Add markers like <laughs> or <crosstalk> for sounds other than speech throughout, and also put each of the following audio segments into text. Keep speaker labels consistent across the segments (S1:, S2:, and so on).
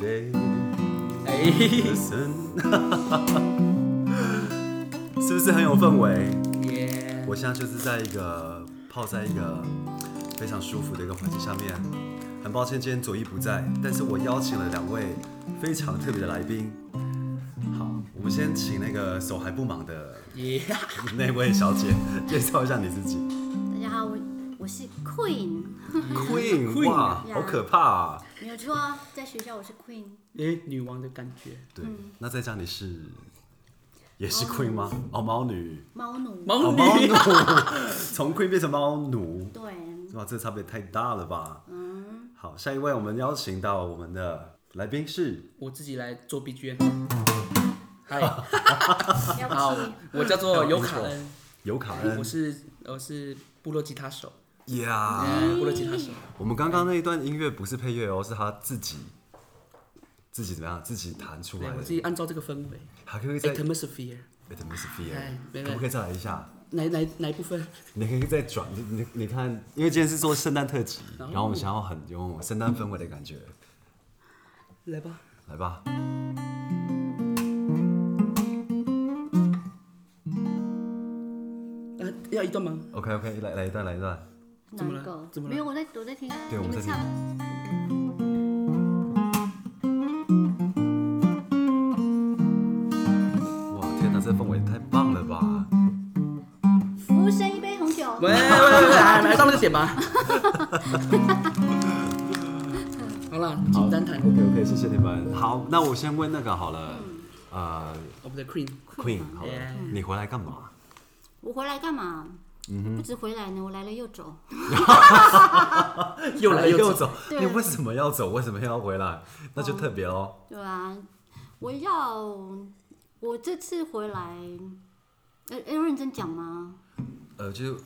S1: day.
S2: 哎，
S1: Listen，是不是很有氛围？
S2: 耶，
S1: 我现在就是在一个泡在一个非常舒服的一个环境下面。很抱歉今天左一不在，但是我邀请了两位非常特别的来宾。好，我们先请那个手还不忙的
S2: 耶，
S1: 那位小姐介绍一下你自己。
S3: 大家好，我我是 Queen，
S1: Queen，
S2: Queen
S1: 哇，
S3: 呀
S1: 好可怕啊！
S3: 没有错，在学校我是 Queen，
S2: 哎，女王的感觉，
S1: 对，那在家里是也是 Queen 吗？哦，猫女，
S3: 猫奴。
S2: 毛
S1: 哦，猫
S2: 女
S1: 奴，
S2: <laughs>
S1: 从 Queen 变成猫奴，
S3: 对，
S1: 哇，这差别太大了吧？嗯，好，下一位我们邀请到我们的来宾是
S2: 我自己来做 BGM。嗨，
S3: 了
S2: 好
S3: 不起，，
S2: 我叫做尤卡恩，
S1: 尤卡恩
S2: 哎我，是我是部落吉他手，
S1: 呀
S2: 嗯，部落吉他手，
S1: 我们刚刚那一段音乐不是配乐哦，是他自己自己怎么样，自己弹出
S2: 对
S1: 来
S2: 我
S1: 的
S2: 自。己按照这个氛围
S1: 还可不可以再
S2: ，atmosphere，哎
S1: atmosphere，
S2: 没
S1: 可不可以再来一下？
S2: 哪哪哪一部分？
S1: 你可以再转，你你你看，因为今天是做圣诞特辑，
S2: 哦
S1: 然后我们想要很有圣诞氛围的感觉，
S2: 来吧，
S1: 来吧。
S2: 呃，要一段吗？
S1: OK OK，来来一段，来一段。
S3: 哪
S2: 怎么了
S3: 个
S2: 怎么了
S3: 没有，我在我在听，
S1: 对我们
S3: 你们
S1: 在听
S3: 唱。
S1: 哇，天哪，这氛围太棒了吧！
S3: 服务生一杯红酒。
S2: 喂喂喂喂，来来到那个点吧。好啦，简单谈
S1: OK OK，谢谢你们。好，那我先问那个好了，呃
S2: 我们的 Queen。
S1: ，Queen 好了
S2: Yeah，
S1: 你回来干嘛？
S3: 我回来干嘛？
S1: 嗯
S3: 不止回来呢，我来了又走。
S2: 又来又走，
S1: 走，
S3: 对
S1: 你为什么要走？为什么要回来？那就特别哦。
S3: 对啊，我要我这次回来，要要认真讲吗？
S1: 呃，就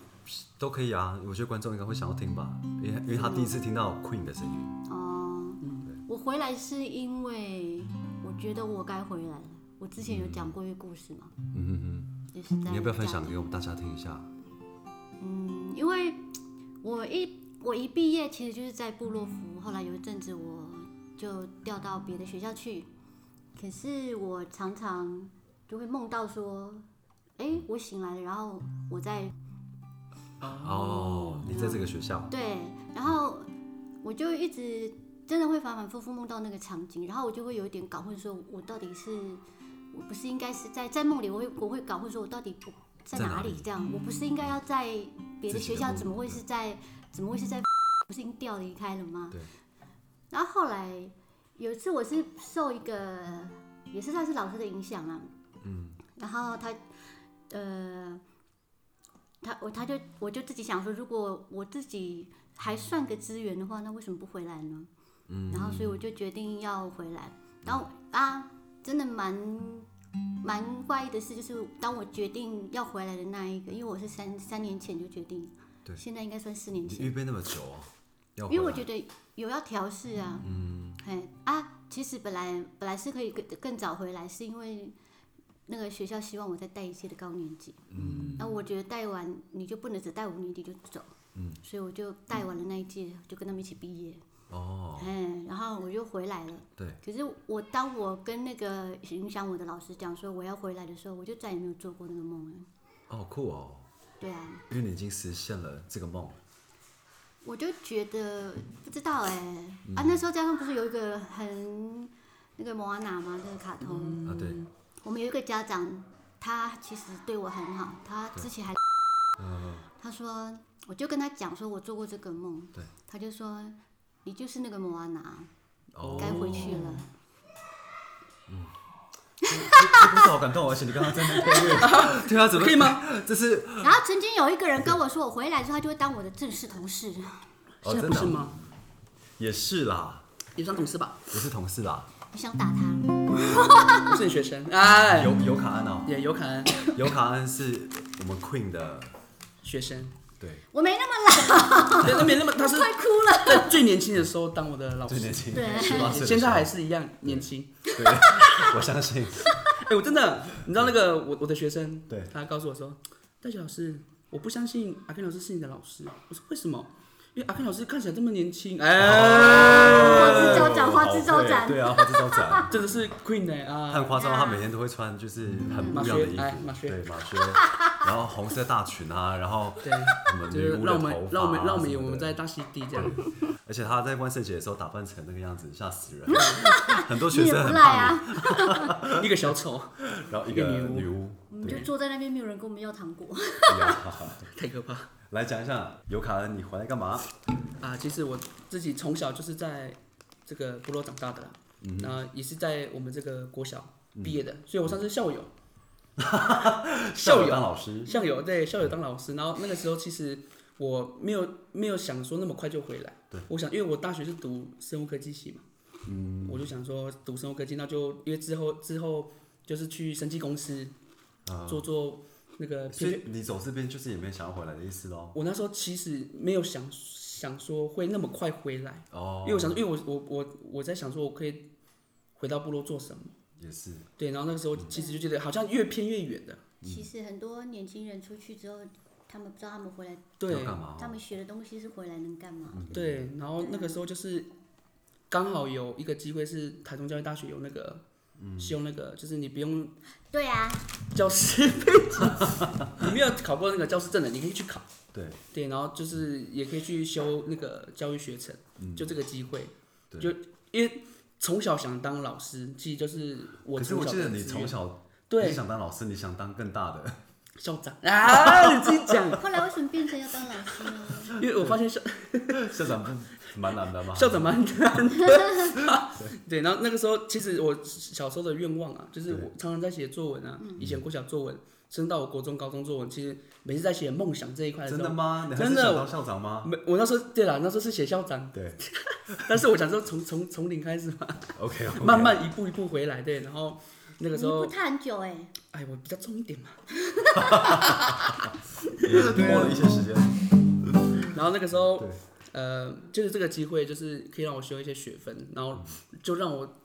S1: 都可以啊，我觉得观众应该会想要听吧，因为因为他第一次听到 Queen 的声音。
S3: 哦、
S1: 嗯
S3: 我回来是因为我觉得我该回来了。我之前有讲过一个故事嘛，
S1: 嗯嗯
S3: 也是在
S1: 嗯，你要不要分
S3: 讲
S1: 享给我们大家听一下？
S3: 嗯，因为我一我一毕业其实就是在部落服务，后来有一阵子我就调到别的学校去，可是我常常就会梦到说，哎、我醒来了，然后我在
S1: 哦，你在这个学校，
S3: 对，然后我就一直真的会反反复复梦到那个场景，然后我就会有一点搞混，说我到底是我不是应该是在在梦里，我会我会搞混，说我到底我在
S1: 在哪
S3: 哪
S1: 里
S3: 里？这样，我不是应该要在别
S1: 自己
S3: 的
S1: 的
S3: 学
S1: 梦
S3: 校，
S1: 里
S3: 怎么会
S1: 对
S3: 是在怎么会是在？不是已经调离开了吗？
S1: 对。
S3: 然后后来有一次，我是受一个也是算是老师的影响啊，
S1: 嗯，
S3: 然后他呃，他我他就我就自己想说，如果我自己还算个资源的话，那为什么不回来呢？
S1: 嗯，
S3: 然后所以我就决定要回来。然后啊，真的蛮蛮怪异的事，就是当我决定要回来的那一个，因为我是三三年前就决定，
S1: 对
S3: 现在应该算四年
S1: 你
S3: 前，
S1: 预备那么久哦，要
S3: 因为
S1: 回
S3: 我
S1: 来
S3: 觉得有要调试啊，嗯，嘿啊，其实本来本来是可以更更早回来，是因为那个学校希望我再带一届的高年级，嗯，那我觉得带完你就不能只带五年级就走，嗯，所以我就带完了那一届，就跟他们一起毕业，
S1: 哦，
S3: 嗯，然后我就回来了。
S1: 对，
S3: 可是我当我跟那个影响我的老师讲说我要回来的时候，我就再也没有做过那个梦了。
S1: 哦酷哦，
S3: 对啊，
S1: 因为你已经实现了这个梦，
S3: 我就觉得不知道哎、
S1: 嗯
S3: 啊，那时候加上不是有一个很那个摩娜吗？那个卡通，
S1: 啊，对，
S3: 我们有一个家长，他其实对我很好，他之前还
S1: 嗯，
S3: 他说，我就跟他讲说我做过这个梦，
S1: 对，
S3: 他就说你就是那个摩娜，
S1: 哦，
S3: 该回去了。
S1: 这故事好感动，而且你刚刚真的配 <laughs> 乐，对啊，怎么
S2: 可以？吗？
S1: 这是
S3: 然后曾经有一个人跟我说，我回来之后他就会当我的正式同事。
S1: 哦，
S2: 现在
S1: 真
S2: 不是
S1: 的啊
S2: 吗？
S1: 也是啦，
S2: 也算同事吧，
S1: 也是同事啦，
S3: 我想打
S1: 嗯
S3: 他，
S2: 不是你学生。哎，
S1: 尤尤卡恩哦，
S2: 也有可能
S1: 尤卡恩是我们 Queen 的，
S2: 学生，
S1: 对，
S3: 我没那么老，
S2: 对，那没那么，他是
S3: 快哭
S1: <laughs>
S3: 了。
S2: 在最年轻的时候当我的老
S1: 最年
S2: 师，哦
S1: 轻，
S3: 对
S1: 18岁的
S2: 现
S1: 时
S2: 在
S1: 候
S2: 还，是一样年轻。
S1: 对， <laughs> 我相 <laughs> 信，
S2: 哎，我真的，你知道那个我我的学生，
S1: 对
S2: 他告诉我说，大学老师，我不相信阿 Ken 老师是你的老师。我
S1: 呃
S2: 说为什么？因为阿 Ken 老师看起来这么年轻，哎，
S3: 花枝招展，花枝招展。展
S1: 对啊，花枝招展。
S2: 真的是 Queen 哎、
S1: 他
S2: 啊，
S1: 很夸张，他每天都会穿就是很不一样的衣
S2: 马靴哎
S1: 服，
S2: 马靴
S1: 对马靴，然后红色大裙啊，然后
S2: 对，
S1: 什么
S2: 就
S1: 女
S2: 是
S1: 巫的
S2: 让我
S1: 头发、啊，
S2: 们让我们让我们以
S1: 什
S2: 为
S1: 么
S2: 我们
S1: 的
S2: 在大溪地这样，
S1: 而且他在万圣节的时候打扮成那个样子，吓死
S3: <laughs>
S1: 人！很多学
S3: 你也
S1: 生
S3: 不
S1: 很
S3: 赖
S1: 胖，
S3: 啊，
S2: 一个小丑，
S1: 然后一
S2: 一个
S1: 个
S2: 女巫
S1: 女巫，
S3: 我们就坐在那边，没有人跟我们要糖
S2: <laughs>
S3: 果。嗯
S1: 一样哈哈
S2: 太可怕。
S1: 来讲一下尤卡恩，你回来干嘛？
S2: 啊，其实我自己从小就是在这个部落长大的啦，然后也是在我们这个国小毕业的，所以我算是校友，校
S1: 友当
S2: 友，
S1: 老师，
S2: 校友对校友当老师。然后那个时候其实我没有没有想说那么快就回来，我想因为我大学是读生物科技系嘛，嗯，我就想说读生物科技，那就因为之后之后就是去生技公司做做那个
S1: 所以你走这边就是也没想要回来的意思喽？
S2: 我那时候其实没有想想说会那么快回来。
S1: 哦
S2: 因，为我想说，因为我我我我在想说，我可以回到部落做什么？
S1: 也是，
S2: 对，然后那个
S1: 嗯
S2: 时候其实就觉得好像越偏越远的，
S3: 其实很多年轻人出去之后，他们不知道他们回来，
S1: 要
S2: 对
S1: 干嘛？
S3: 他们学的东西是回来能干嘛？
S2: 对。然后那个时候就是刚好有一个机会是台中教育大学有那个，
S1: 嗯
S2: 是用那个就是你不用
S3: 对啊，
S2: 教师背景，你没有考过那个教师证的，你可以去考。
S1: 对，
S2: 对，然后就是也可以去修那个教育学程，就这个机会，
S1: 嗯对
S2: 就因为从小想当老师，其实就是我
S1: 可是
S2: 从
S1: 我
S2: 小
S1: 记
S2: 的
S1: 得你
S2: 志
S1: 从
S2: 愿
S1: 小你
S2: 对
S1: 想当老师，你想当更大
S2: <laughs>
S1: 的，
S2: 校长啊，你自己
S3: <laughs>
S2: 讲。
S3: 后来为什么变成要当老师呢？
S2: <laughs> 因为我发现校
S1: 校长不蛮难的吗？
S2: 校长蛮难的，对。然后那个时候，其实我小时候的愿望啊，就是我常常在写作文啊，以前国小作文，升到我国中、高中作文，其实每次在写梦想这一块的
S1: 真
S2: 时
S1: 的
S2: 候，
S1: 吗？你还是
S2: 真的
S1: 想当校长吗？
S2: 没，我那时候对啦，那时候是写校
S1: <laughs>
S2: 长，
S1: 对
S2: 但是我想说从从从零开始嘛，
S1: ，OK，
S2: 慢慢一步一步回来，对。然后那个时
S3: 你
S2: 候
S3: 不，踏很久哎、
S2: 哎，我比较重一点嘛。
S1: 磨了一些时间，
S2: 然后那个时候
S1: 对，
S2: 呃，就是这个机会，就是可以让我修一些学分，然后就让我，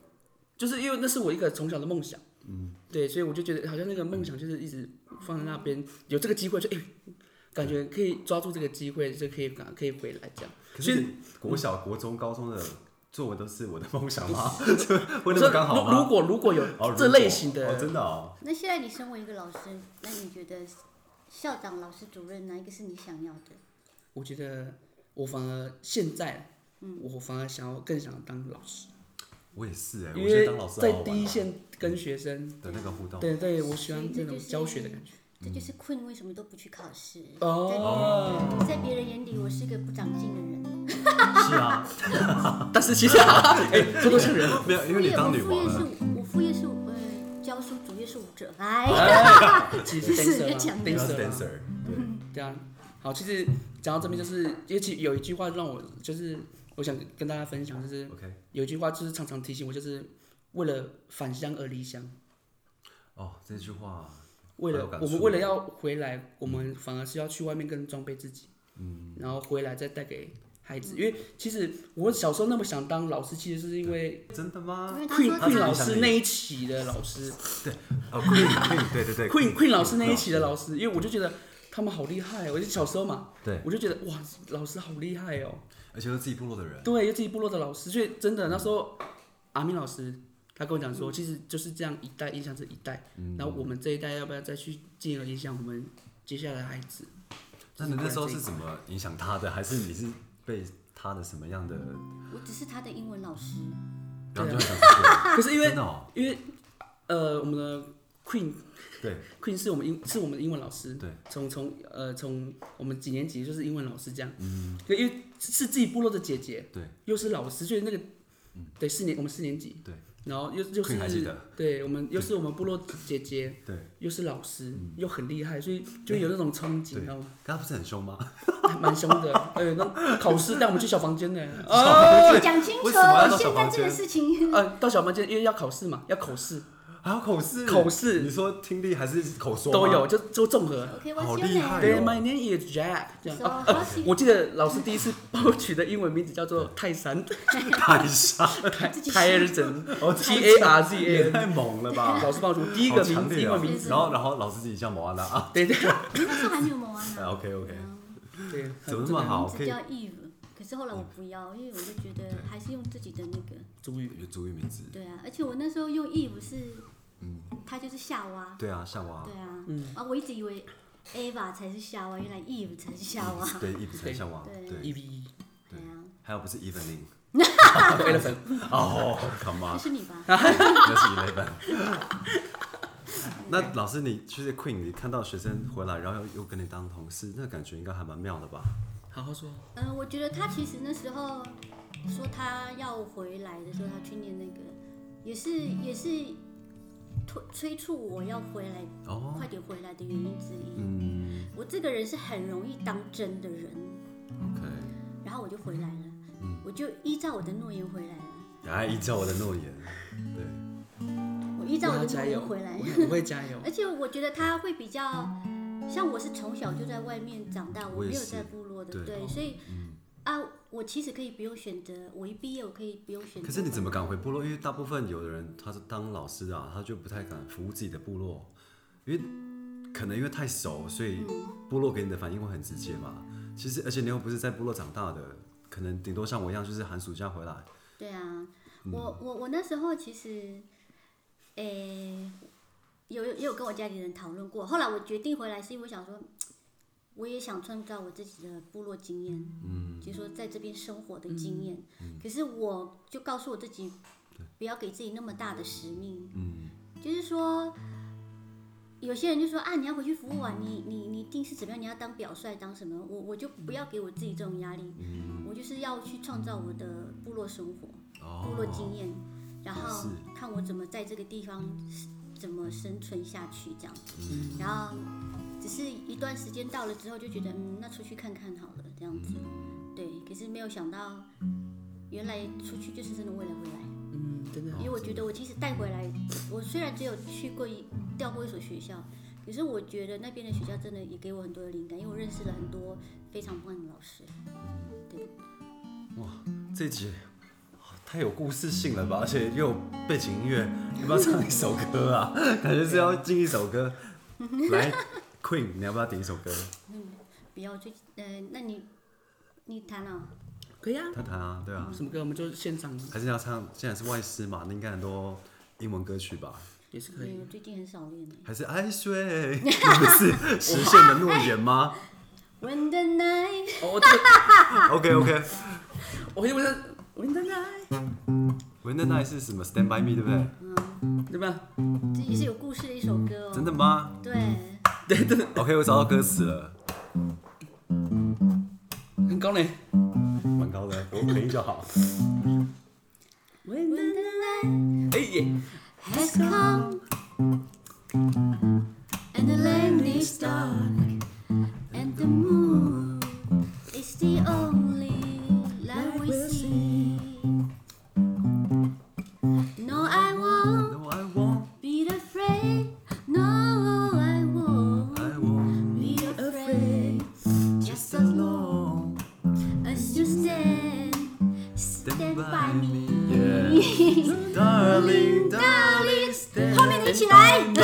S2: 就是因为那是我一个从小的梦想，嗯，对，所以我就觉得好像那个梦想就是一直放在那边，有这个机会就哎、感觉可以抓住这个机会，就可以赶可以回来这样。
S1: 可
S2: 所
S1: 是
S2: 以
S1: 你国小、国中、高中的作文都是我的梦想
S2: <laughs>
S1: 吗？
S2: 我
S1: 会那么刚好
S2: 如如
S1: 吗？
S2: 果如果有
S1: 哦如
S2: 这类型
S1: 果哦，
S2: 的，
S1: 真的哦，
S3: 那现在你身为一个老师，那你觉得校长、老师、主任哪一个是你想要的？
S2: 我觉得我反而现在，嗯，我反而想要更想要当老师，
S1: 我也是哎，我
S2: 因
S1: 觉得
S2: 为
S1: 当老师
S2: 在
S1: 好好玩
S2: 第一
S1: 哦嗯
S2: 线跟学生，
S1: 的那个互动，
S2: 对对，我喜
S3: 所以
S2: 欢这
S3: 这就
S2: 种
S3: 是
S2: 教学的感觉。嗯
S3: 这就是困为什么都不去考试。
S2: 哦，
S3: 在别人眼里，我是个不长进的人。
S1: <laughs> 是啊，
S2: <laughs> 但是其实， <laughs> 哎，这都是
S1: <laughs>
S2: 人。
S1: 没有，因为你当女王啊
S3: 我副
S1: 了，
S3: 业是，我副业是呃教书，主业是舞者。哎，
S2: 其实是 dancer 嘛啊
S1: 你要是
S2: dancer 嘛
S1: dancer，对，
S2: 对啊。好，其实讲到这边，就是因为其实有一句话让我就是我想跟大家分享，就是
S1: ，OK，
S2: 有一句话就是常常提醒我，就是为了返乡而离乡，
S1: 哦，这句话
S2: 为
S1: 好有
S2: 了
S1: 感触
S2: 我们为了要回来，我们反而是要去外面更装备自己，嗯，然后回来再带给孩子。因为其实我小时候那么想当老师，其实是因为
S1: 真的吗
S3: 因？为他
S2: Queen
S3: 说
S1: 他
S2: Queen
S1: 是
S2: 啊老
S1: 影响
S2: 师
S1: 力
S2: 那一期的老师
S1: 哦，Queen
S2: <laughs>
S1: Queen，对对对
S2: Queen Queen 老师那一期的老师，因为我就觉得他们好厉害哦，我就小时候嘛，
S1: 对，
S2: 我就觉得哇，老师好厉害哦。
S1: 而且都是自己部落的人，
S2: 对，有自己部落的老师，所以真的那时候阿明老师他跟我讲说，其实就是这样一代影响这一代，然后我们这一代要不要再去进而影响我们接下来的孩子？
S1: 那你那时候是怎么影响他的？还是你是被他的什么样的？
S3: 我只是他的英文老师，
S1: 然后
S2: 对
S1: 就
S2: 啊
S1: 想出去了
S2: 可 <laughs> 是因
S1: 真
S2: 为
S1: 的哦，
S2: 因为呃，我们的 Queen
S1: 对
S2: Queen 是我们英是我们的英文老师，
S1: 对，
S2: 从从呃从我们几年级就是英文老师这样，嗯，因为是自己部落的姐姐，
S1: 对，
S2: 又是老师，所以那个。对，四年我们四年级，
S1: 嗯对，
S2: 然后又又
S1: Queen 还记
S2: 是
S1: 得
S2: 对我们又是我们部落姐姐，
S1: 对，
S2: 又是老师，又很厉害，所以就有那种憧憬，
S1: 嗯对
S2: 你知道吗？
S1: 可他不是很凶吗？
S2: 蛮凶的。 <laughs> 哎，那考试带我们去小房间呢。啊，
S3: 我讲清楚
S1: 为什么要到小
S3: 现
S1: 房
S3: 在
S1: 间
S3: 这个事情。 <laughs>
S2: 呃，到小房间，因为要考试嘛，要口试
S1: <laughs> 还有口试，
S2: 口试
S1: 你说听力还是口说吗
S2: 都有，？就就综合。
S3: OK，
S1: 好
S3: what's
S1: 厉害
S3: your
S1: 哦
S3: name？
S2: 对，My name is Jack。这样
S3: So
S2: 啊，
S3: how's
S2: 我记得老师第一次帮我取的英文名字叫做泰山，
S1: 太傻，
S2: <laughs> 泰
S3: <laughs> 自己
S2: 泰尔珍
S1: 哦
S2: ，T A R Z
S1: 也
S2: A N。
S1: 太猛了吧！
S2: 老师帮我取第一个
S1: 好强
S2: 名字，
S1: 烈
S2: 英
S1: 哦
S2: 文名字。
S1: 然后然后老师自己叫摩安娜啊
S2: 对对
S3: 你那时候还没有蒙安
S1: <laughs>
S3: 啊
S1: ，OK OK，
S2: 对，
S1: 怎么那么好？
S3: 名
S1: 可
S3: 字
S1: 以
S3: 叫 Eve，可是后来我不要，因为我就觉得还是用自己的那个，
S2: 主语
S1: 有族语名字，
S3: 对啊，而且我那时候用意不是，它就是夏娃，
S1: 嗯对啊，夏娃，
S3: 对啊，
S2: 嗯
S3: 啊，我一直以为 Ava 才是夏娃，原来 Eve 才是夏娃，
S1: 对，伊普才夏娃，
S3: 啊对
S2: 一
S1: 啊对，
S2: E v <laughs> 一
S3: 对啊，
S1: 还有不是 Evening，
S2: elephant，
S1: 哦，Come
S3: 那
S1: on，
S3: 是你吧？
S1: 那是 Eleven。那老师，你就是 Queen，你看到学生回来，然后又又跟你当同事，那感觉应该还蛮妙的吧？
S2: 好好说，
S3: 嗯，我觉得他其实那时候说他要回来的时候，他去念那个，也是也是推催促我要回来，
S1: 哦，
S3: 快点回来的原因之一。
S1: 嗯
S3: 我这个人是很容易当真的人，
S1: ，OK，
S3: 然后我就回来了，
S1: 嗯
S3: 我就依照我的诺言回来了，
S1: 来依照我的诺言，对，
S3: 嗯我依照我
S1: 啊
S2: 我要
S3: 的诺
S2: 加油，
S3: 言回来。
S2: 我我会加油。
S3: 而且我觉得他会比较，像我是从小就在外面长大，
S1: 我
S3: 我
S1: 也
S3: 没有
S1: 是
S3: 在部落的，
S1: 对哦嗯
S3: 对，所以啊，我其实可以不用选择，我一毕业我可以不用选择。
S1: 可是你怎么敢回部落？因为大部分有的人他是当老师的啊，他就不太敢服务自己的部落，因为可能因为太熟，所以部落给你的反应会很直接嘛。其实，而且你又不是在部落长大的，可能顶多像我一样，就是寒暑假回来。
S3: 对啊，我我我那时候其实，诶、有有也有跟我家里人讨论过。后来我决定回来，是因为我想说，我也想创造我自己的部落经验，嗯，就是说在这边生活的经验。可是我就告诉我自己，不要给自己那么大的使命，
S1: 嗯，
S3: 就是说。有些人就说啊，你要回去服务啊，你你你一定是怎么样，你要当表率，当什么？我我就不要给我自己这种压力，我就是要去创造我的部落生活。部落
S1: 哦，
S3: 经验，然后
S1: 是
S3: 看我怎么在这个地方怎么生存下去这样子。然后只是一段时间到了之后，就觉得嗯，那出去看看好了这样子。对，可是没有想到，原来出去就是真的为了回来，
S2: 嗯，真的
S3: 因为我觉得我其实带回来，我虽然只有去过一调过一所学校。可是我觉得那边的学校真的也给我很多的灵感，因为我认识了很多非常棒的老师。
S1: 这集哇太有故事性了吧，而且又有背景音乐，你要不要唱一首歌
S3: <laughs>
S1: 啊？感觉是要进一首歌。来，Queen，你要不要点一首歌？
S3: 不要最呃，那你你谈啊、
S2: 可以啊。
S1: 他弹啊，对啊。
S2: 什么歌我们就现场
S1: 还是要唱，现在是外师嘛，那应该很多英文歌曲吧？
S2: 也是可以
S3: <laughs> 你。我最近很少练欸
S1: 还是哎爱 <laughs> 睡，你不是实现的诺言吗
S3: When the night
S2: 哦，我这个
S1: ？OK OK，
S2: 我因为是我应该
S1: 文的那是什么？Stand by me，对不对？
S2: 对吧？ <laughs>
S3: 这也是有故事的一首歌哦。
S1: 真的吗
S3: 对，
S1: ？OK，我找到歌词了，
S2: 很高呢。
S1: 蛮高的，我可以就好。
S3: When the night
S2: 哎耶，
S3: has come and the land is dark and the moon is the only light we see. No, I won't
S1: No I won't,
S3: be afraid. No, I won't
S1: I won't,
S3: be afraid. Just
S1: just
S3: as
S1: as
S3: long
S1: long
S3: as you stand, stand by me.
S1: <laughs> yeah, darling, darling, stand
S3: 后面的一起来
S1: by <laughs>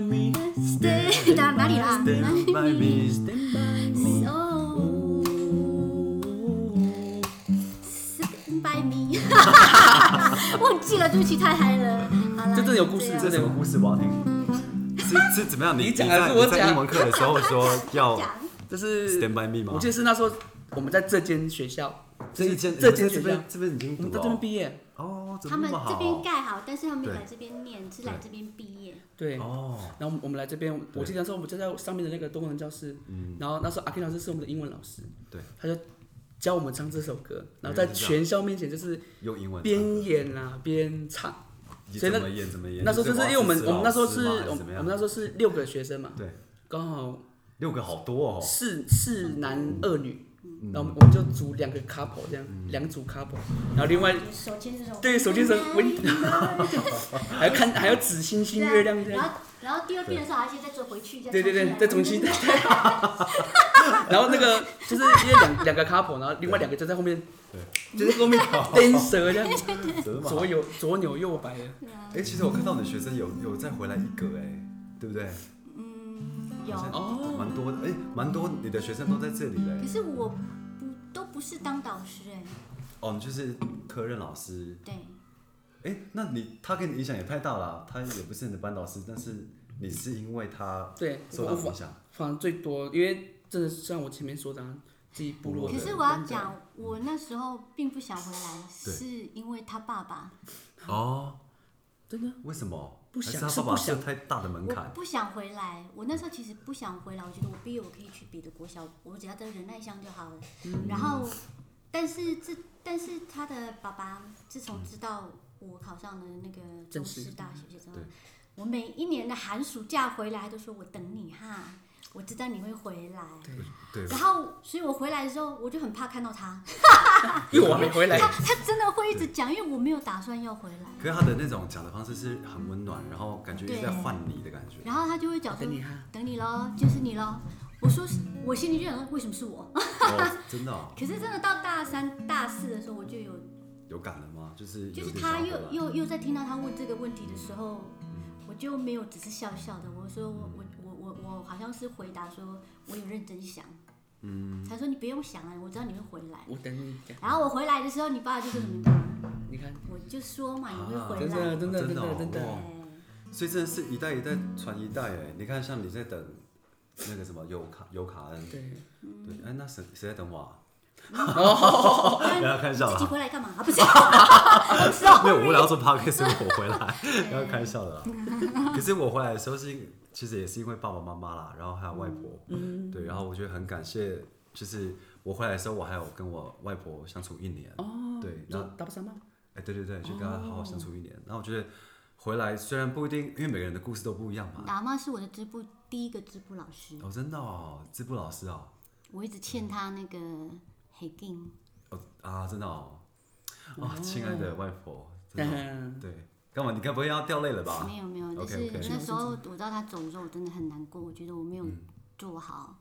S1: me, stand by me,
S3: Stay 哪哪里啦
S1: stand by me, stand by me.
S3: ？So stand by me，忘 <laughs> 记了，对不起，太嗨了。好啦啊
S2: 这真的有故事
S3: 就
S1: 这
S3: 这
S1: 是什
S3: 样
S1: 么故事？我要听。是是怎么样？你
S2: 你讲
S1: 在
S2: 还是我
S1: 你在
S2: 讲
S1: 英文课的时候说要
S3: <laughs> 讲
S2: 这是
S1: stand by me 吗
S2: 我？记得是那时候我们在这间学校，
S1: 这一间
S2: 这间
S1: 这
S2: 学
S1: 边
S2: 校，
S1: 这边已经
S2: 我
S1: 读
S2: 们在这
S1: 了
S2: 边毕业。
S1: 哦，怎
S3: 他
S1: 么那
S3: 们
S1: 么
S3: 这边
S1: 好？
S3: 盖好，但是他们没
S1: 对
S3: 来这边念，是来这边毕业。
S2: 对，
S1: 哦，嗯
S2: 然后我们来这边，我记得那时候我们就在上面的那个多功能教室，然后那时候阿 K 老师是我们的英文老师，
S1: 对，
S2: 他就教我们唱这首歌，然
S1: 原
S2: 后在
S1: 来是这样
S2: 全校面前就是
S1: 用英文
S2: 边演啊边唱。所
S1: 怎
S2: 以那
S1: 么演怎么演？
S2: 那时候就是因为我们我们那时候是
S1: 老师吗还
S2: 我
S1: 怎么
S2: 们我
S1: 样哦
S2: 们那时候是六个学生嘛，
S1: 对
S2: 刚好
S1: 六个好多哦，
S2: 四四男二女，
S1: 嗯
S2: 然后我们我们就组两个 couple 这样，两组 couple，然后另外
S3: 手牵着手，
S2: 对手牵手
S3: 嗯
S2: 我 <laughs> 还要看还要指星星月亮这
S3: 对啊然
S2: 样，
S3: 后然后第二遍的时候，还是再走回去，再
S2: 对对对，再
S3: 再
S2: 重新， <laughs> 对然后那个就是因为两两个 couple，然后另外两个就在后面，就是后面 <laughs> dancer 这样，
S1: 真的吗？
S2: 左右左扭右摆的，
S1: 哎，其实我看到你学生有有再回来一个哎，对不对？
S3: 嗯有。
S2: 哦
S1: 蛮多的哎，蛮多你的学生都在这里嘞
S3: 可。是我不都不是当导师哎、
S1: 哦，你就是科任老师，
S3: 对，
S1: 哎，那你他给你影响也太大了啊、他也不是你的班导师，但是你是因为他
S2: 对，
S1: 受
S2: 我
S1: 到
S2: 我
S1: 影
S2: 反
S1: 响，
S2: 反而最多，因为真的像我前面说的啊，自己部落的
S3: 嗯可
S2: 人。
S3: 是我要讲，我那时候并不想回来，是因为他爸爸，
S1: 哦，
S2: 真的，
S1: 为什么？
S2: 不想
S1: 还是
S2: 是
S1: 他爸爸
S2: 不想
S1: 设太大的门
S3: 我
S1: 槛，
S3: 不想回来。我那时候其实不想回来，我觉得我毕业我可以去别的国小，我只要在忍耐乡就好了。
S1: 嗯
S3: 然后，但是这但是他的爸爸自从知道我考上了那个中
S2: 正式
S3: 师大学之后
S1: 对，
S3: 我每一年的寒暑假回来，他都说我等你哈，我知道你会回来。
S2: 对，
S1: 对，
S3: 然后，所以我回来的时候，我就很怕看到他，啊
S2: 因为我没回来，
S3: 他他真的会一直讲，因为我没有打算要回来。
S1: <laughs> 可是他的那种讲的方式是很温暖，然后感觉一直在
S3: 对
S1: 换你的感 <laughs> 觉，
S3: 然后他就会讲说
S2: 等你哈，
S3: 等你喽，就是你喽。我说是，我心里就想说，为什么是我？
S1: 哦，真的哦、
S3: 可是真的到大三、大四的时候，我就有，
S1: 有感了吗？就是
S3: 就
S1: 有
S3: 是
S1: 点
S3: 他
S1: 想要
S3: 又
S1: 回来
S3: 又又在听到他问这个问题的时候，我就没有只是笑笑的，我说我我我我我好像是回答说，我有认真想。嗯，他说你不用想啊，我知道你会回来。
S2: 我等你讲。
S3: 然后我回来的时候，你爸就说什么你知道吗？
S2: 你看，
S3: 我就说嘛，你会
S1: 啊
S3: 回
S2: 真
S3: 来。
S2: 的，真的，
S1: 真
S2: 真
S1: 的哦
S2: 的，真的
S1: 哇，所以真的是一代一代传一代哎，你看像你在等那个什么尤卡尤卡恩，
S2: 对，
S1: 对，哎，那谁谁在等我、啊？
S3: 哎
S1: 不要开玩笑
S3: 自己
S1: 啦，
S3: 回来干嘛？啊，不是，我知道
S1: <laughs> 没有，我聊做 podcast 是我回来，不要开玩笑的啦。可是我回来的时候是因，其实也是因为爸爸妈妈啦，然后还有外婆，
S2: 嗯
S1: 对，然后我觉得很感谢，就是我回来的时候，我还有跟我外婆相处一年，
S2: 哦，
S1: 对，
S2: 就
S1: 然后
S2: 打不上吗？
S1: 哎，对对对，就跟她好好相处一
S2: 哦
S1: 年。然后我觉得回来虽然不一定，因为每个人的故事都不一样嘛。
S3: 达妈是我的织布第一个织布老师，
S1: 哦，真的哦，织布老师哦，
S3: 我一直欠他那个黑金。
S1: 哦啊，真的哦，哦，亲爱的外婆，真的哦、
S2: <laughs> 嗯，
S1: 对，干嘛？你该不会要掉泪了吧？
S3: 没有没有，就
S1: OK，
S3: 是
S1: OK
S3: 那时候我知道他走的时候，我真的很难过，我觉得我没有做好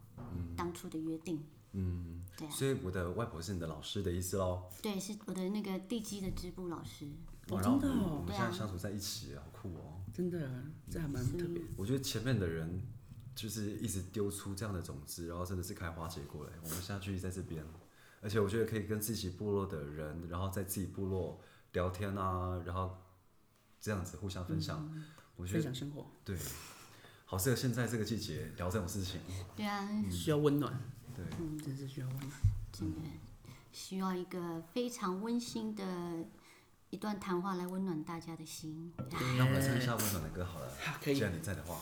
S3: 当初的约定。
S1: 嗯，
S3: 对啊，
S1: 所以我的外婆是你的老师的意思喽。
S3: 对，是我的那个地基的织布老师。
S1: 哇
S2: 哦
S1: 然后
S2: 真的哦
S1: 我们
S3: 对啊
S1: 现在相处在一起，好酷哦！
S2: 真的，这还蛮特别的。
S1: 我觉得前面的人就是一直丢出这样的种子，然后真的是开花结果嘞。我们现在聚集在这边，而且我觉得可以跟自己部落的人，然后在自己部落聊天啊，然后这样子互相分享，我觉
S2: 嗯分
S1: 得
S2: 享生活
S1: 对，好适合现在这个季节聊这种事情。
S3: 对啊，
S2: 需要温暖，
S1: 嗯
S2: 嗯
S1: 对，
S2: 真是需要温暖。
S3: 真的需要一个非常温馨的一段谈话来温暖大家的心。
S1: 那我们来唱一下温暖的歌好了。
S2: 好可以
S1: 既然你在的话，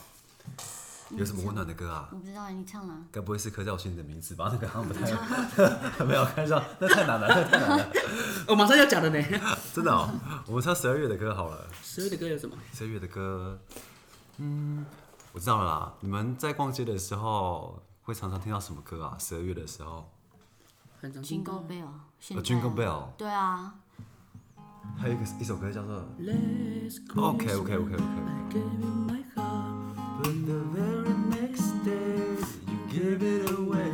S1: 有什么温暖的歌啊？
S3: 我不知道你唱了，
S1: 该不会是刻在我心里的名字吧？那个好像不
S2: <laughs>
S1: 太 <laughs> 没有开玩笑，那太难了，那太难了，
S2: 哦，马上要讲的呢。
S1: 真的哦。我们唱十二月的歌好了。
S2: 十二的歌有什么？
S1: 这月的歌，嗯，我知道了啦。你们在逛街的时候会常常听到什么歌啊？十二月的时候，
S2: 很常
S3: 《军
S2: 听
S3: 歌
S2: 到。
S3: 贝尔》。啊
S2: 哦
S3: 现
S1: 呃
S3: 在
S1: ，Jingle Bell，
S3: 对啊，
S1: 还有一个一首歌叫做
S2: Let's go.
S1: OK OK OK OK。
S2: I gave you my heart.
S1: But the very next day you gave it away.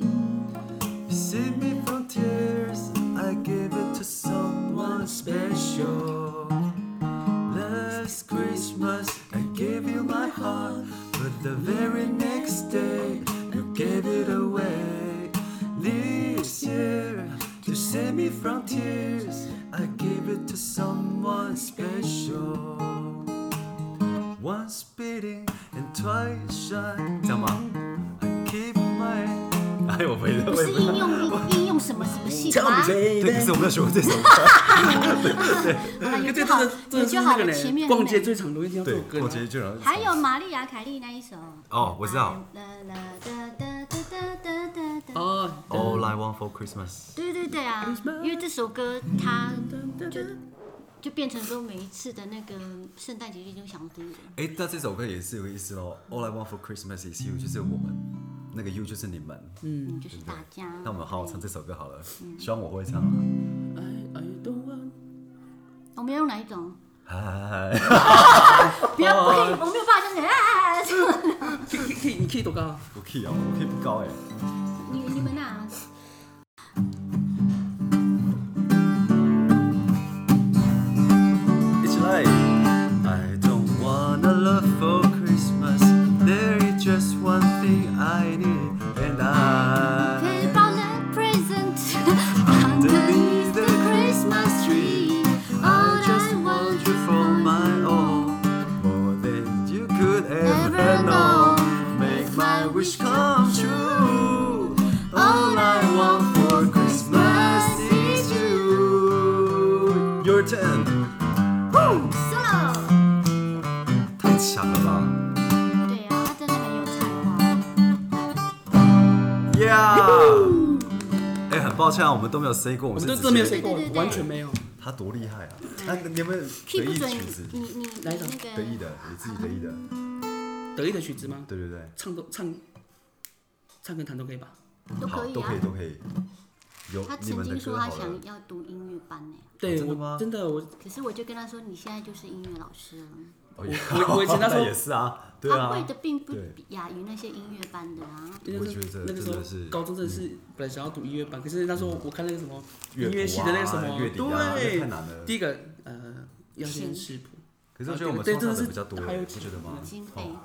S1: You saved me from tears. I gave it to someone special. Last Christmas I gave you my heart, but the very next day you gave it away. This year to save me from tears, I gave it to someone special. Once beating and twice shy，这样吗？I keep my，哎， <laughs> 我没
S3: 不
S1: 我
S3: 是
S1: 也不知道
S3: 应用应应用什么什么啊戏
S2: 叫
S3: 吗？
S1: <laughs> 对，
S2: baby
S1: 可是我没有学过这首歌。
S3: 好啊了，
S2: 这
S3: 有就
S2: 真
S3: 好
S2: 的，真
S3: 有
S2: 的是
S3: 就
S2: 那
S3: 好
S2: 个
S3: 了。前
S2: 呢，
S3: 面
S2: 逛
S3: 很
S2: 街
S3: 美
S2: 最常容易听到这
S1: 对
S2: 首，歌。
S1: 过节就然后
S3: 还有玛丽亚凯莉那一首。啊
S1: 哦我知道。
S3: 哒哒哒哒哒哒哒哒。
S2: 哦，
S1: All I Want for Christmas，
S3: 对对对啊，因为这首歌它就就变成说每一次的那个圣诞节就已经想听了。
S1: 哎，那这首歌也是有意思咯。All I Want for Christmas is you，就是我们，那个 you 就是你们。
S3: 嗯，就是大家。
S1: 那我们好好唱这首歌好了，希望我会唱啊。
S2: I I don't want
S3: 我们要用哪一种？
S1: 嗨，
S2: 哦
S3: 不要，不可以，我没有办法，就是啊，
S2: 可以可以可以，你可以多高啊？
S1: 我 key 啊，我 key 不高哎。
S3: 你你们啊那。
S1: It's like I don't wanna love for Christmas. There is just one thing I need, and I
S3: 可以抱
S1: Your Turn，
S3: solo。
S1: 太强了吧
S3: 对啊，他真的很有才华。
S1: ！Yeah，哎、很抱歉啊，我们都没有 say 过，我
S2: 我
S1: 们是
S2: 们都
S1: 直
S2: 真的没有
S1: 接
S2: 谁过
S3: 对对，对
S2: 完全没有。
S1: 他多厉害啊！他你有没有得
S3: key 不
S1: 意
S3: 准
S1: 曲子？
S3: 你你你
S2: 哪一种
S3: 那
S1: 得意
S3: 个
S1: 的，你自己得意的，
S2: 得意的曲子吗？
S1: 对对对，
S2: 唱都唱，唱跟弹都可以吧？
S3: 都
S1: 好，
S3: 可以
S1: 都可
S3: 啊
S1: 以，。都可以。有
S3: 他
S1: 你
S3: 曾
S1: 们
S3: 经
S1: 的
S3: 说
S1: 歌
S3: 他
S1: 好了
S3: 想，要读音乐班呢，
S2: 对，
S1: 哦真的吗
S2: 我真的我
S3: 可是我就跟他说，你现在就是音乐老师了。
S1: 哦
S2: 我我以前那时
S1: <laughs>
S2: 候
S1: 也是啊，对
S3: 他
S1: 啊
S3: 会，的并不
S1: 对
S3: 亚于那些音乐班的啊。
S2: 那
S1: 我
S2: 个
S1: 觉得
S2: 那个时
S1: 真的是嗯
S2: 候高中真的是本来想要读音乐班，可是那时候我看那个什么音乐
S1: 乐
S2: 系
S1: 谱
S2: 的那个
S1: 啊
S2: 什么，
S1: 乐理啊，那太
S2: 对，
S1: 难了。
S2: 第一个呃要先识谱，
S1: 可是我觉得我们
S2: 对
S1: 创造
S2: 真
S1: 的
S2: 的是
S1: 比较多，
S2: 还有
S1: 你不觉得吗？
S3: 经费
S1: 哦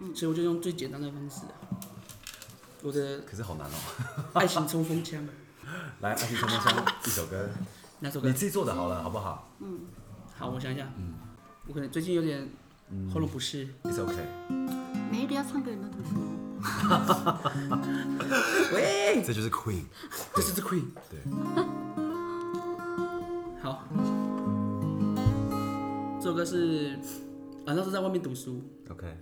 S3: 嗯
S2: 所以我就用最简单的方式啊，我的
S1: 可是好难哦。 <laughs>
S2: 爱情冲锋枪啊
S1: 来，爱情冲锋枪一首歌，
S2: 那首歌
S1: <laughs> 你，自己做的好了，好不好
S2: 好，我想一下，
S1: 嗯
S2: 我可能最近有点喉咙不适，
S1: ？It's OK。
S3: 每一个要唱歌人都这么说，
S2: 喂，
S1: 这就是 Queen，
S2: 这是 The Queen，
S1: 对，
S2: 好，这首歌是啊那时候在外面读书，
S1: OK，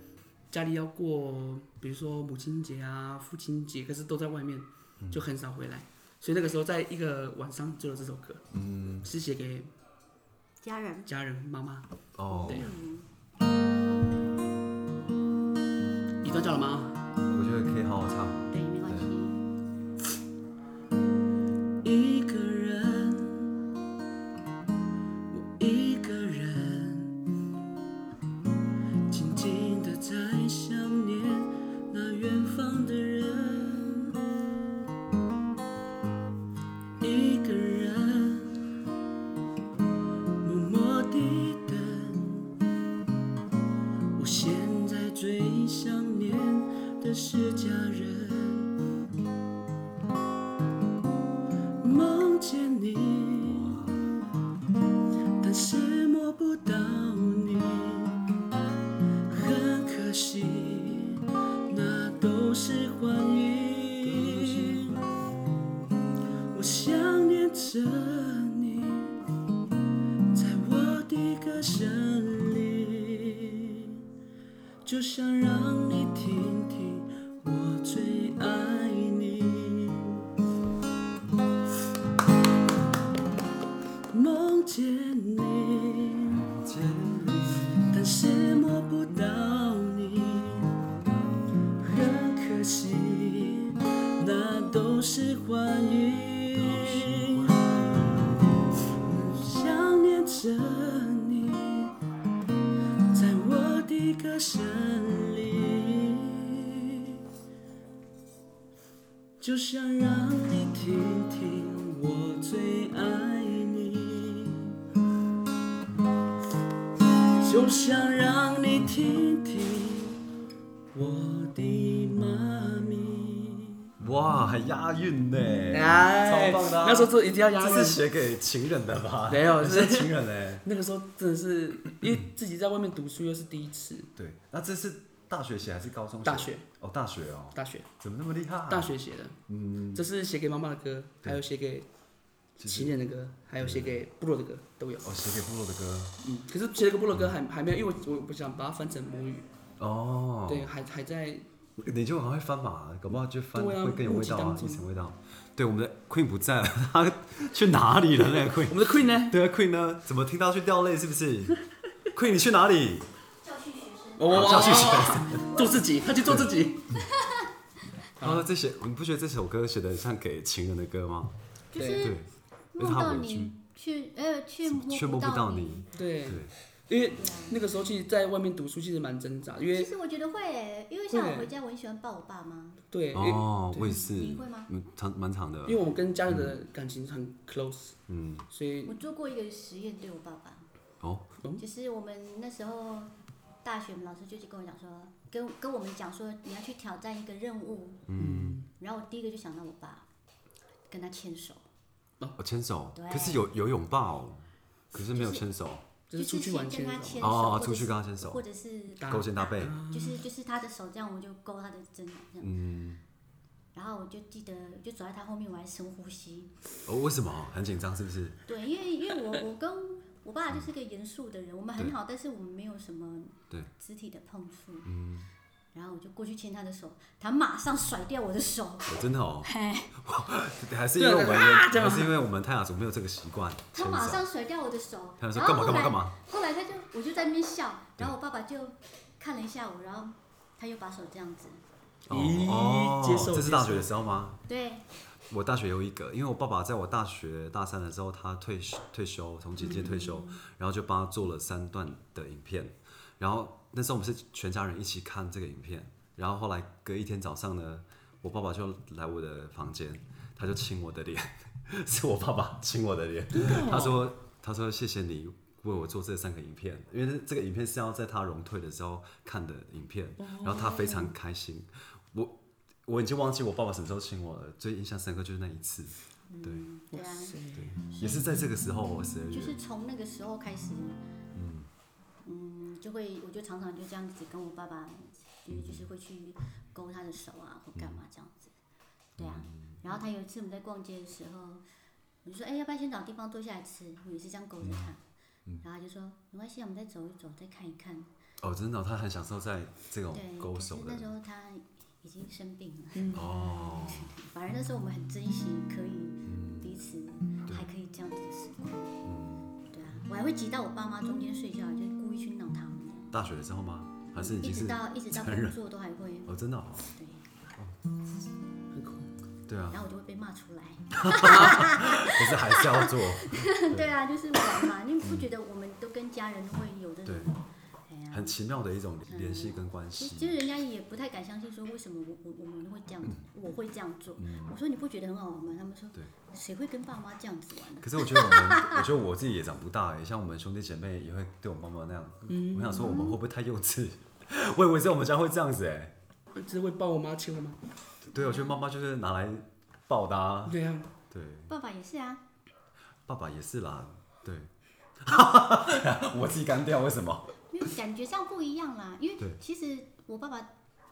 S2: 家里要过，比如说母亲节啊、父亲节，可是都在外面，就很少回来。所以那个时候，在一个晚上做了这首歌，嗯，是写给
S3: 家人。
S2: 家人、妈妈。
S1: 哦，
S2: 对，一段叫了吗？
S1: 我觉得可以好好唱。
S3: 对，没关系。
S2: 一个人，我一个人，静静的在想念那远方的人。一个人默默地等，我现在最想念的是家人。梦见你，但是摸不到你，很可惜，那都是幻影。我想念着你，在我的歌声里，就想让你听听我最爱你。梦见你，但是摸不到你，很可惜，那都是幻影。想念着你，在我的歌声里，就想让你听听我最爱你。就想让你听听我的妈咪。
S1: 哇，还押韵呢，
S2: 哎，
S1: 超棒的啊。
S2: 那时候这一定要押
S1: 这是
S2: 韵。
S1: 写给情人的吧？
S2: 没有
S1: <laughs> 这
S2: 是
S1: 是情人哎。
S2: 那个时候真的是因为自己在外面读书，又是第一次，
S1: 对，那这是大学写还是高中写？
S2: 大学
S1: 哦，大学哦，
S2: 大学
S1: 怎么那么厉害？
S2: 大学写的，啊嗯，这是写给妈妈的歌，还有写给
S1: 其
S2: 情
S1: 实
S2: 人的歌，还有写给部落的歌都有。
S1: 哦，写给部落的歌
S2: 嗯，可是写了个部落歌还还没有，因为我我不想把它翻成母语，
S1: 哦。
S2: 对，还还在
S1: 你就很会翻嘛，搞不好就翻
S2: 对啊
S1: 会更有味道
S2: 目击
S1: 啊
S2: 当，中
S1: 一层味道。对，我们的 Queen 不在了，他去哪里了？那
S2: <laughs>
S1: 个 Queen，
S2: 我们的 Queen 呢，
S1: 对啊，Queen 呢？怎么听到去掉泪？是不
S2: <laughs>
S1: 是？Queen 你去哪里？
S3: 教训学生。
S2: 我我我
S1: <laughs>
S2: 我做自己，他去做自己。
S1: 啊，这些你不觉得这首歌写的像给情人的歌吗？
S3: 就
S2: 对
S3: 是
S1: 对，而且
S3: 梦
S1: 他
S3: 到
S1: 委屈
S3: 你，，却呃却
S1: 却摸
S3: 摸
S1: 不到
S3: 你
S1: 你。。
S2: 对
S1: 对，
S2: 因为那个时候其实在外面读书其实蛮挣扎，因
S3: 其
S2: 为
S3: 实我觉得会欸，因为像
S2: 会
S3: 我回家，我很喜欢抱我爸妈。
S2: 哎对，因为
S1: 哦，我也是，
S3: 你会吗
S1: 嗯，长蛮长的
S2: 因为。我们跟家人的感情很 close，
S1: 嗯，
S2: 所以
S3: 我做过一个实验对我爸爸，
S1: 哦，
S3: 就是我们那时候大学，我们老师就去跟我讲说，跟跟我们讲说你要去挑战一个任务。嗯。然后我第一个就想到我爸，跟他牵手，
S1: 哦牵手，
S3: 对
S1: 可是有有拥抱，可是没有牵手。
S2: 就是出去玩
S3: 先跟他
S2: 牵
S3: 牵
S2: 手，
S3: 手，
S1: 哦
S3: 或
S1: 哦，
S3: 者
S1: 出去
S3: 是
S1: 跟他牵手
S3: 或，者是
S2: 搭
S1: 勾肩搭背。
S2: 嗯
S3: 就是就是他的手这样，我就勾他的肩膀这样。
S1: 嗯，
S3: 然后我就记得，我就走在他后面，我还深呼吸。
S1: 哦，为什么很紧张？是不是？
S3: 对，因为因为我我跟我爸就是个严肃的人，我们很好，但是我们没有什么
S1: 对嗯
S3: 肢体的碰触。然后我就过去牵他的手，他马上甩掉我的手，
S1: 我真的哦，
S3: 嘿，
S1: 还是因为我们
S2: 对啊这样
S1: 还是因为我们泰雅族没有这个习惯，
S3: 他
S1: 牵
S3: 马
S1: 手
S3: 上哦甩掉我的手。
S1: 他
S3: 然
S1: 就说
S3: 后
S1: 干嘛
S3: 后
S1: 干嘛
S3: 来
S1: 干嘛，
S3: 后来他就我就在那边笑，然后我爸爸就看了一下我，然后他又把手这样子，
S2: 咦
S1: 哦，
S2: 接
S1: 这是
S2: 受接受
S1: 大学的时候吗？
S3: 对，
S1: 我大学有一个，因为我爸爸在我大学大三的时候，他退休退休，从警界退休，然后就帮他做了三段的影片，然后那时候我们是全家人一起看这个影片，然后后来隔一天早上呢，我爸爸就来我的房间，他就亲我的脸， <laughs> 是我爸爸亲我的脸，他说他说谢谢你。为我做这三个影片，因为这个影片是要在他荣退的时候看的影片，然后他非常开心。我我已经忘记我爸爸什么时候亲我了，最印象深刻就是那一次，对，
S3: 对啊，
S2: 塞
S1: 也是在这个时候，我十二
S3: 就
S1: 月，
S3: 是从那个时候开始，嗯，就会我就常常就这样子跟我爸爸，就是就是会去勾他的手啊，或干嘛这样子，对啊。
S1: 嗯
S3: 然后他有一次我们在逛街的时候，我就说，哎、要不要先找地方坐下来吃？我也是这样勾着他，
S1: 嗯
S3: 然后他就说没关系，我们再走一走，再看一看。
S1: 哦，真的哦、他很享受在这种
S3: 对，
S1: 勾
S3: 可是
S1: 手的
S3: 那时候他已经生病了。
S1: 哦，
S3: 反而那时候我们很珍惜可
S1: 嗯
S3: 以彼此还可以这样子的时光。
S1: 嗯
S3: 对啊，我还会挤到我爸妈中间睡觉，就是故意去闹他们的。
S1: 大学的时候吗？还啊是已
S3: 一
S1: 经
S3: 直
S1: 是
S3: 到一直到
S1: 成人
S3: 工作都还会
S1: 哦，真的、哦，
S3: 对，
S2: 很酷。
S1: 对
S3: <laughs>
S1: 啊，
S3: 然后我就会被
S1: <laughs>
S3: 骂出来。
S1: 可是还是要
S3: <laughs>
S1: 做，
S3: 对啊，就是玩嘛，你不觉得我们都跟家人会有这种
S1: 嗯对？
S3: 哎呀
S1: 很，奇妙的一种联系跟关
S3: 其实其
S1: 系，
S3: 实人家也不太敢相信，说为什么我我我们会这样，我会这样做。我说你不觉得很好玩吗？他们说
S1: 嗯对，
S3: 谁会跟爸妈这样子玩呢？
S1: 可是我觉得我们，我觉得我自己也长不大哎，像我们兄弟姐妹也会对我妈妈那样，
S3: 嗯
S1: 我想说我们会不会太幼稚？ <laughs> 我以为是我们家会这样子哎，
S2: 这会抱我妈亲我吗？
S1: 对，我觉得妈妈就是拿来报答、
S2: 对啊，
S1: 对，
S3: 爸爸也是啊，
S1: 爸爸也是啦，对， <laughs> 我自己干掉为什么？
S3: 因为感觉上不一样啦，因
S1: 对
S3: 为其实我爸爸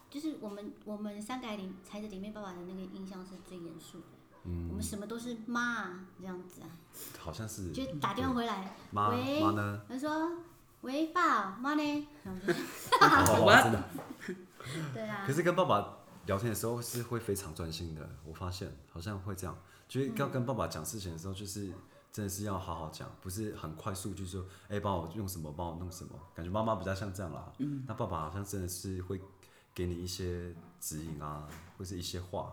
S3: 就是我们我们三个里孩子里面，爸爸的那个印象是最严肃的。
S1: 嗯
S3: 我们什么都是妈啊这样子啊，
S1: 好像是
S3: 就打电话回来，
S1: 妈
S3: 喂
S1: 妈
S3: <laughs>
S1: 呢？
S3: 他说：“喂，爸妈呢？”然后我就
S1: 哦，哇真的。
S3: 对啊
S1: 可，是跟爸爸聊天的时候是会非常专心的，我发现好像会这样，就是要跟爸爸讲事情的时候，就是真的是要好好讲，不是很快速就说，哎、帮我用什么，帮我弄什么，感觉妈妈比较像这样啦。嗯。那爸爸好像真的是会给你一些指引啊，或是一些
S3: <laughs>
S1: 话。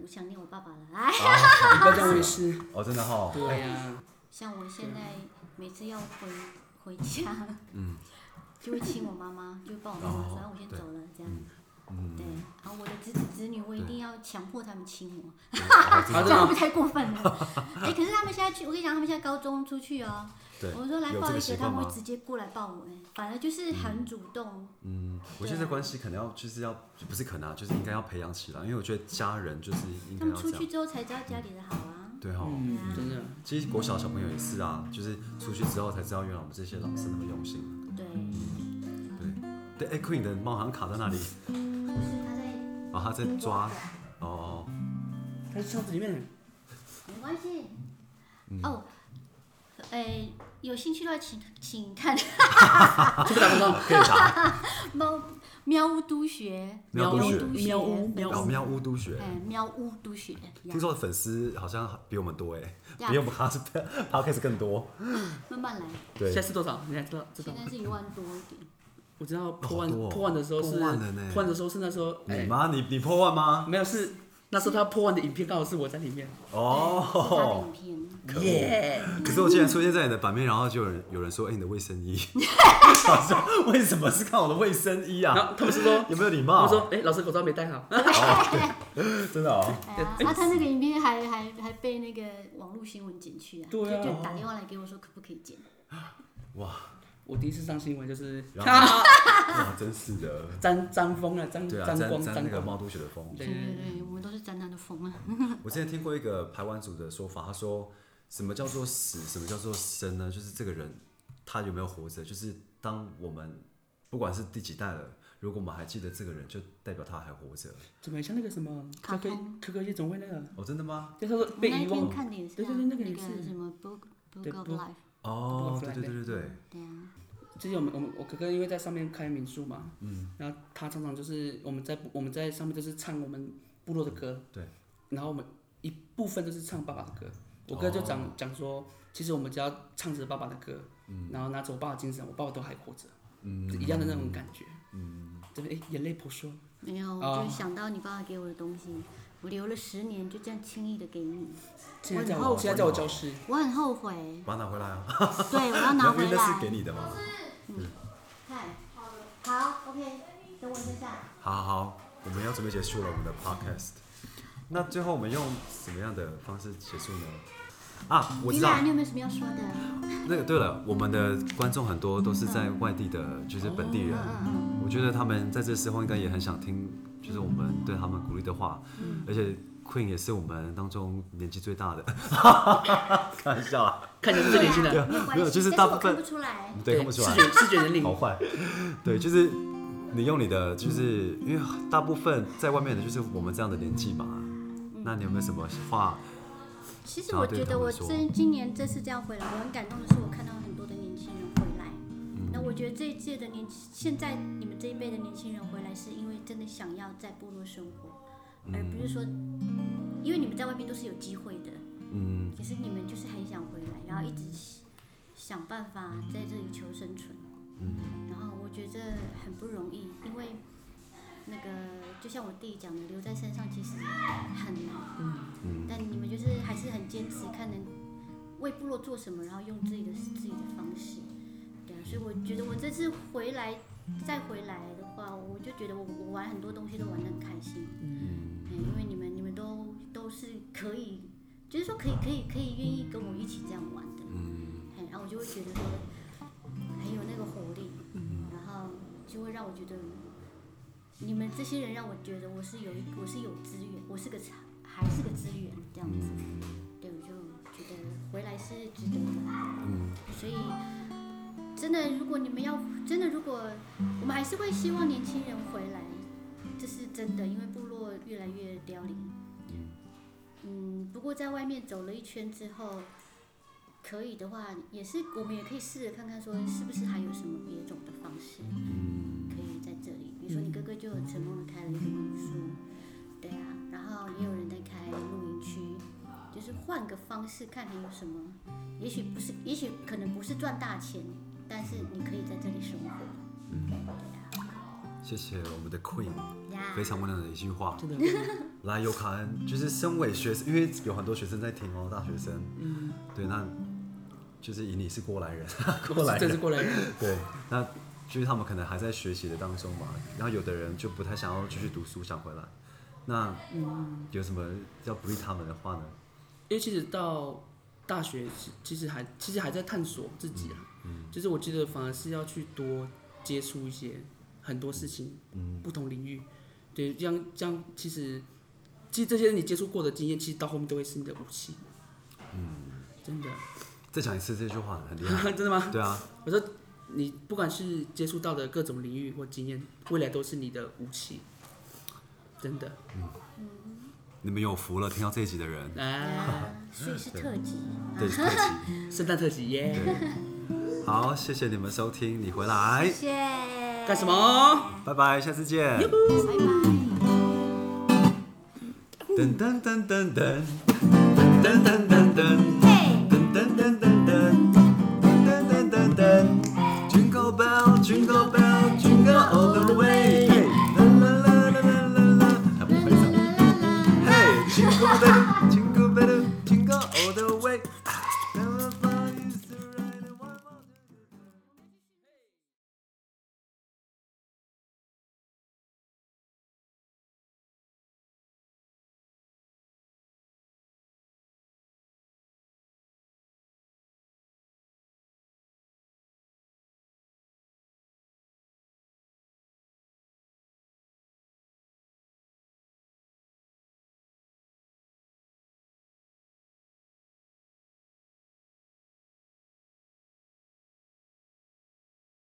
S3: 我想念我爸爸了。哎，
S1: 啊，
S2: 大家我也 <laughs> 是。
S1: 哦，真的哈、哦。
S2: 对啊，
S3: 像我现在每次要回回家，嗯， <laughs> 就会亲我妈妈，就会抱我妈妈说
S1: 哦
S3: 啊：“我先
S1: 对嗯
S3: 走了。”这样。对，然后我的侄子侄女，我一定要强迫他们亲我。 <laughs>
S2: 他
S3: 这
S1: 啊
S2: 这
S3: 样会
S2: 样
S3: 不会太过分了？ <laughs> 哎、可是他们现在去，我跟你讲，他们现在高中出去哦。
S1: 对，
S3: 我说来
S1: 有
S3: 抱
S1: 这
S3: 一
S1: 个
S3: 个，
S1: 习
S3: 他
S1: 惯
S3: 们
S1: 吗
S3: 会？直接过来抱我，哎，反而就是很主动。
S1: 嗯，我
S3: 啊
S1: 觉得这关系可能要就是要不是可能啊，就是应该要培养起来，因为我觉得家人就是应
S3: 他
S1: 该
S3: 们
S1: 要这
S3: 出去
S1: 样。
S3: 之后才知道家里的好啊。
S1: 对哈、
S2: 嗯，真的，
S1: 其实国小小朋友也是啊，就是出去之后才知道，原来我们这些老师那么用心。
S3: 对，
S1: 对，哎、q u e e n 的猫好像卡在那里，
S3: 就是他在
S1: 然、后他在抓，
S3: 嗯
S1: 哦，
S2: 他在箱子里面。
S3: 没关系。
S2: 嗯
S3: 哦，哎，有兴趣的话，请请看
S1: 可以打
S3: <laughs> 猫喵屋督学，
S1: 喵屋督学
S2: 喵屋喵
S1: 老喵巫督学。
S3: 哎，喵屋督学，呀
S1: 听说粉丝好像比我们多哎，
S3: 呀
S1: 比我们 <laughs> podcast podcast 更多。
S3: 慢慢来，
S1: 对
S2: 现在，是多少？你还知道知道
S3: 现
S2: 吗？
S3: 在是一万多一点。
S2: 我知道破
S1: 好
S2: 万
S1: 多哦
S2: 破万的时候是
S1: 破万了呢
S2: 破万的时候是那时候
S1: 你
S2: 哎，
S1: 妈，你你破万吗？
S2: 没有是那时候他破万的影片刚好是我在里面。
S3: 是哎他的
S1: 哦，
S3: 影片。
S1: 可恶
S2: 耶！
S1: 可是我竟然出现在你的版面，然后就有人有人说，哎、你的卫生衣，我说为什么是看我的卫生衣
S2: 然
S1: 啊？
S2: 后他们
S1: <laughs>
S2: 是说，
S1: 有没有礼
S2: 他
S1: 貌？
S2: 们说哎，老师口罩没戴好。 <laughs>
S1: 真的哦，
S3: 哎呀，啊，他那个影片还还还被那个网络新闻剪去啊，
S2: 对啊嗯
S3: 就就打电话来给我说可不可以剪，
S1: 哇，
S2: 我第一次上新闻就是
S1: 然
S2: 哈
S1: 哇，真是的，
S2: 张张风啊，张
S1: 对啊，
S2: 张
S1: 沾
S2: 光
S1: 沾
S2: 张
S1: 那个
S2: 光。
S1: 猫都雪的风。
S2: 对
S3: 对
S2: 对对
S3: 对对，我们都是沾他的风啊，
S1: 我之前听过一个排湾族的说法，他说什么叫做死，什么叫做生呢？就是这个人他有没有活着，就是当我们不管是第几代了，如果我们还记得这个人，就代表他还活着。
S2: 怎么像那个什么
S3: 卡
S2: 可可
S3: 通
S2: 可可夜总会那个？
S1: 哦，真的吗？
S2: 就他说被
S3: 我那
S2: 遗
S3: 一天
S2: 忘，
S3: 看的也是、啊，
S2: 对对对那个也是
S3: 什么 book book of
S2: 对
S3: life，
S1: 哦，对
S2: Flag
S1: 对对对对，
S3: 对啊，
S2: 之前我们我们我哥哥因为在上面开民宿嘛，嗯，然后他常常就是我们在我们在上面就是唱我们部落的歌，
S1: 对，
S2: 然后我们一部分就是唱爸爸的歌，我哥就讲、
S1: 哦
S2: 讲说，其实我们只要唱着爸爸的歌，嗯，然后拿走我爸的精神，我爸爸都还活着，嗯，一样的那种感觉，嗯，这边哎眼泪婆娑，
S3: 没有，我
S2: 啊
S3: 就想到你爸爸给我的东西，我留了十年，就这样轻易的给你，
S2: 现在
S3: 我
S2: 在
S3: 很后
S2: 我现在在我教室，
S3: 我很
S1: <laughs>
S3: 后悔。
S1: 把它拿回来啊！
S3: 对，我要拿
S1: 因
S3: 回
S1: 为那是
S3: 来
S1: 给。你的嘛。
S3: 嗨，好，OK，等我一下。
S1: 好好好，我们要准备结束了我们的 podcast。那最后我们用什么样的方式结束呢？啊，我
S3: 你
S1: 知道
S3: 俩，你有没有什么要说的？
S1: 那个对了，我们的观众很多都是在外地的，就是本地
S3: 嗯
S1: 人。我觉得他们在这时候应该也很想听，就是我们对他们鼓励的话。
S3: 嗯
S1: 而且 Queen 也是我们当中年纪最大的， <laughs> 开玩笑啊，
S2: 看起来是最年轻
S3: 对
S2: 的，
S3: 啊，没有关
S1: 没有
S3: 系，
S1: 就是
S3: 但
S1: 大
S3: 我
S1: 部分
S3: 看不出来。
S1: 对，看不出来
S2: 视。觉视觉能力
S1: 好坏。对，就是你用你的，就是因为大部分在外面的，就是我们这样的年纪嘛。那你有没有什么话？
S3: 其实
S1: 想要
S3: 我
S1: 啊对
S3: 觉
S1: 他
S3: 得
S1: 们
S3: 我
S1: 说
S3: 这今年这次这样回来，我很感动的是，我看到很多的年轻人回来。那我觉得这一届的年，现在你们这一辈的年轻人回来，是因为真的想要在部落生活，而不是说，因为你们在外面都是有机会的，
S1: 嗯，
S3: 可是你们就是很想回来，然后一直想办法在这里求生存。
S1: 嗯
S3: 然后我觉得很不容易，因为那个就像我弟讲的，留在山上其实很难。
S1: 嗯
S3: 但你们就是还是很坚持，看能为部落做什么，然后用自己的自己的方式，对啊，所以我觉得我这次回来再回来的话，我就觉得我我玩很多东西都玩得很开心，嗯，因为你们你们都都是可以，就是说可以可以可以愿意跟我一起这样玩的，嗯，然后我就会觉得说很有那个活力，嗯，然后就会让我觉得。你们这些人让我觉得我是有一我是有资源，我是个才还是个资源这样子。对，我就觉得回来是值得的。
S1: 嗯，
S3: 所以真的，如果你们要真的，如果我们还是会希望年轻人回来，这是真的，因为部落越来越凋零。嗯，不过在外面走了一圈之后。可以的话，也是我们也可以试着看看，说是不是还有什么别种的方式。可以在这里。比如说你哥哥就很成功的开了一个民宿，对啊，然后也有人在开露营区，就是换个方式看还有什么。也许不是，也许可能不是赚大钱，但是你可以在这里生活。
S1: 谢谢我们的 Queen，
S3: 呀、
S1: 非常温暖的一句话。
S2: 真的。
S1: 来，尤卡恩，就是身为学生，因为有很多学生在听哦，大学生。对，那就是以你是过来人， <laughs> <laughs> 过来
S2: 这是
S1: 人。
S2: 过来人，
S1: 对，那就是他们可能还在学习的当中嘛，然后有的人就不太想要继续读书，想回来。那有什么要鼓励他们的话呢？
S2: 因为其实到大学其其实还其实还在探索自己啊，就是我觉得反而是要去多接触一些很多事情，不同领域，对，这样这样其实其实这些你接触过的经验，其实到后面都会是你的武器，嗯，真的， <laughs>
S1: 再讲一次这句话，很厉害。
S2: 真的吗？
S1: 对啊，
S2: 我说你不管是接触到的各种领域或经验，未来都是你的武器，真的，
S1: 你们有福了，听到这一集的人，
S2: 啊，
S3: 啊，所以是特辑。啊
S1: 对，是特辑，
S2: 圣诞特辑耶，
S1: 对。好，谢谢你们收听，你回来
S3: 谢，谢。
S2: 干什？么？
S1: 拜拜，下次见。
S3: 拜拜。
S1: 噔噔噔噔噔噔噔噔噔噔。Ah.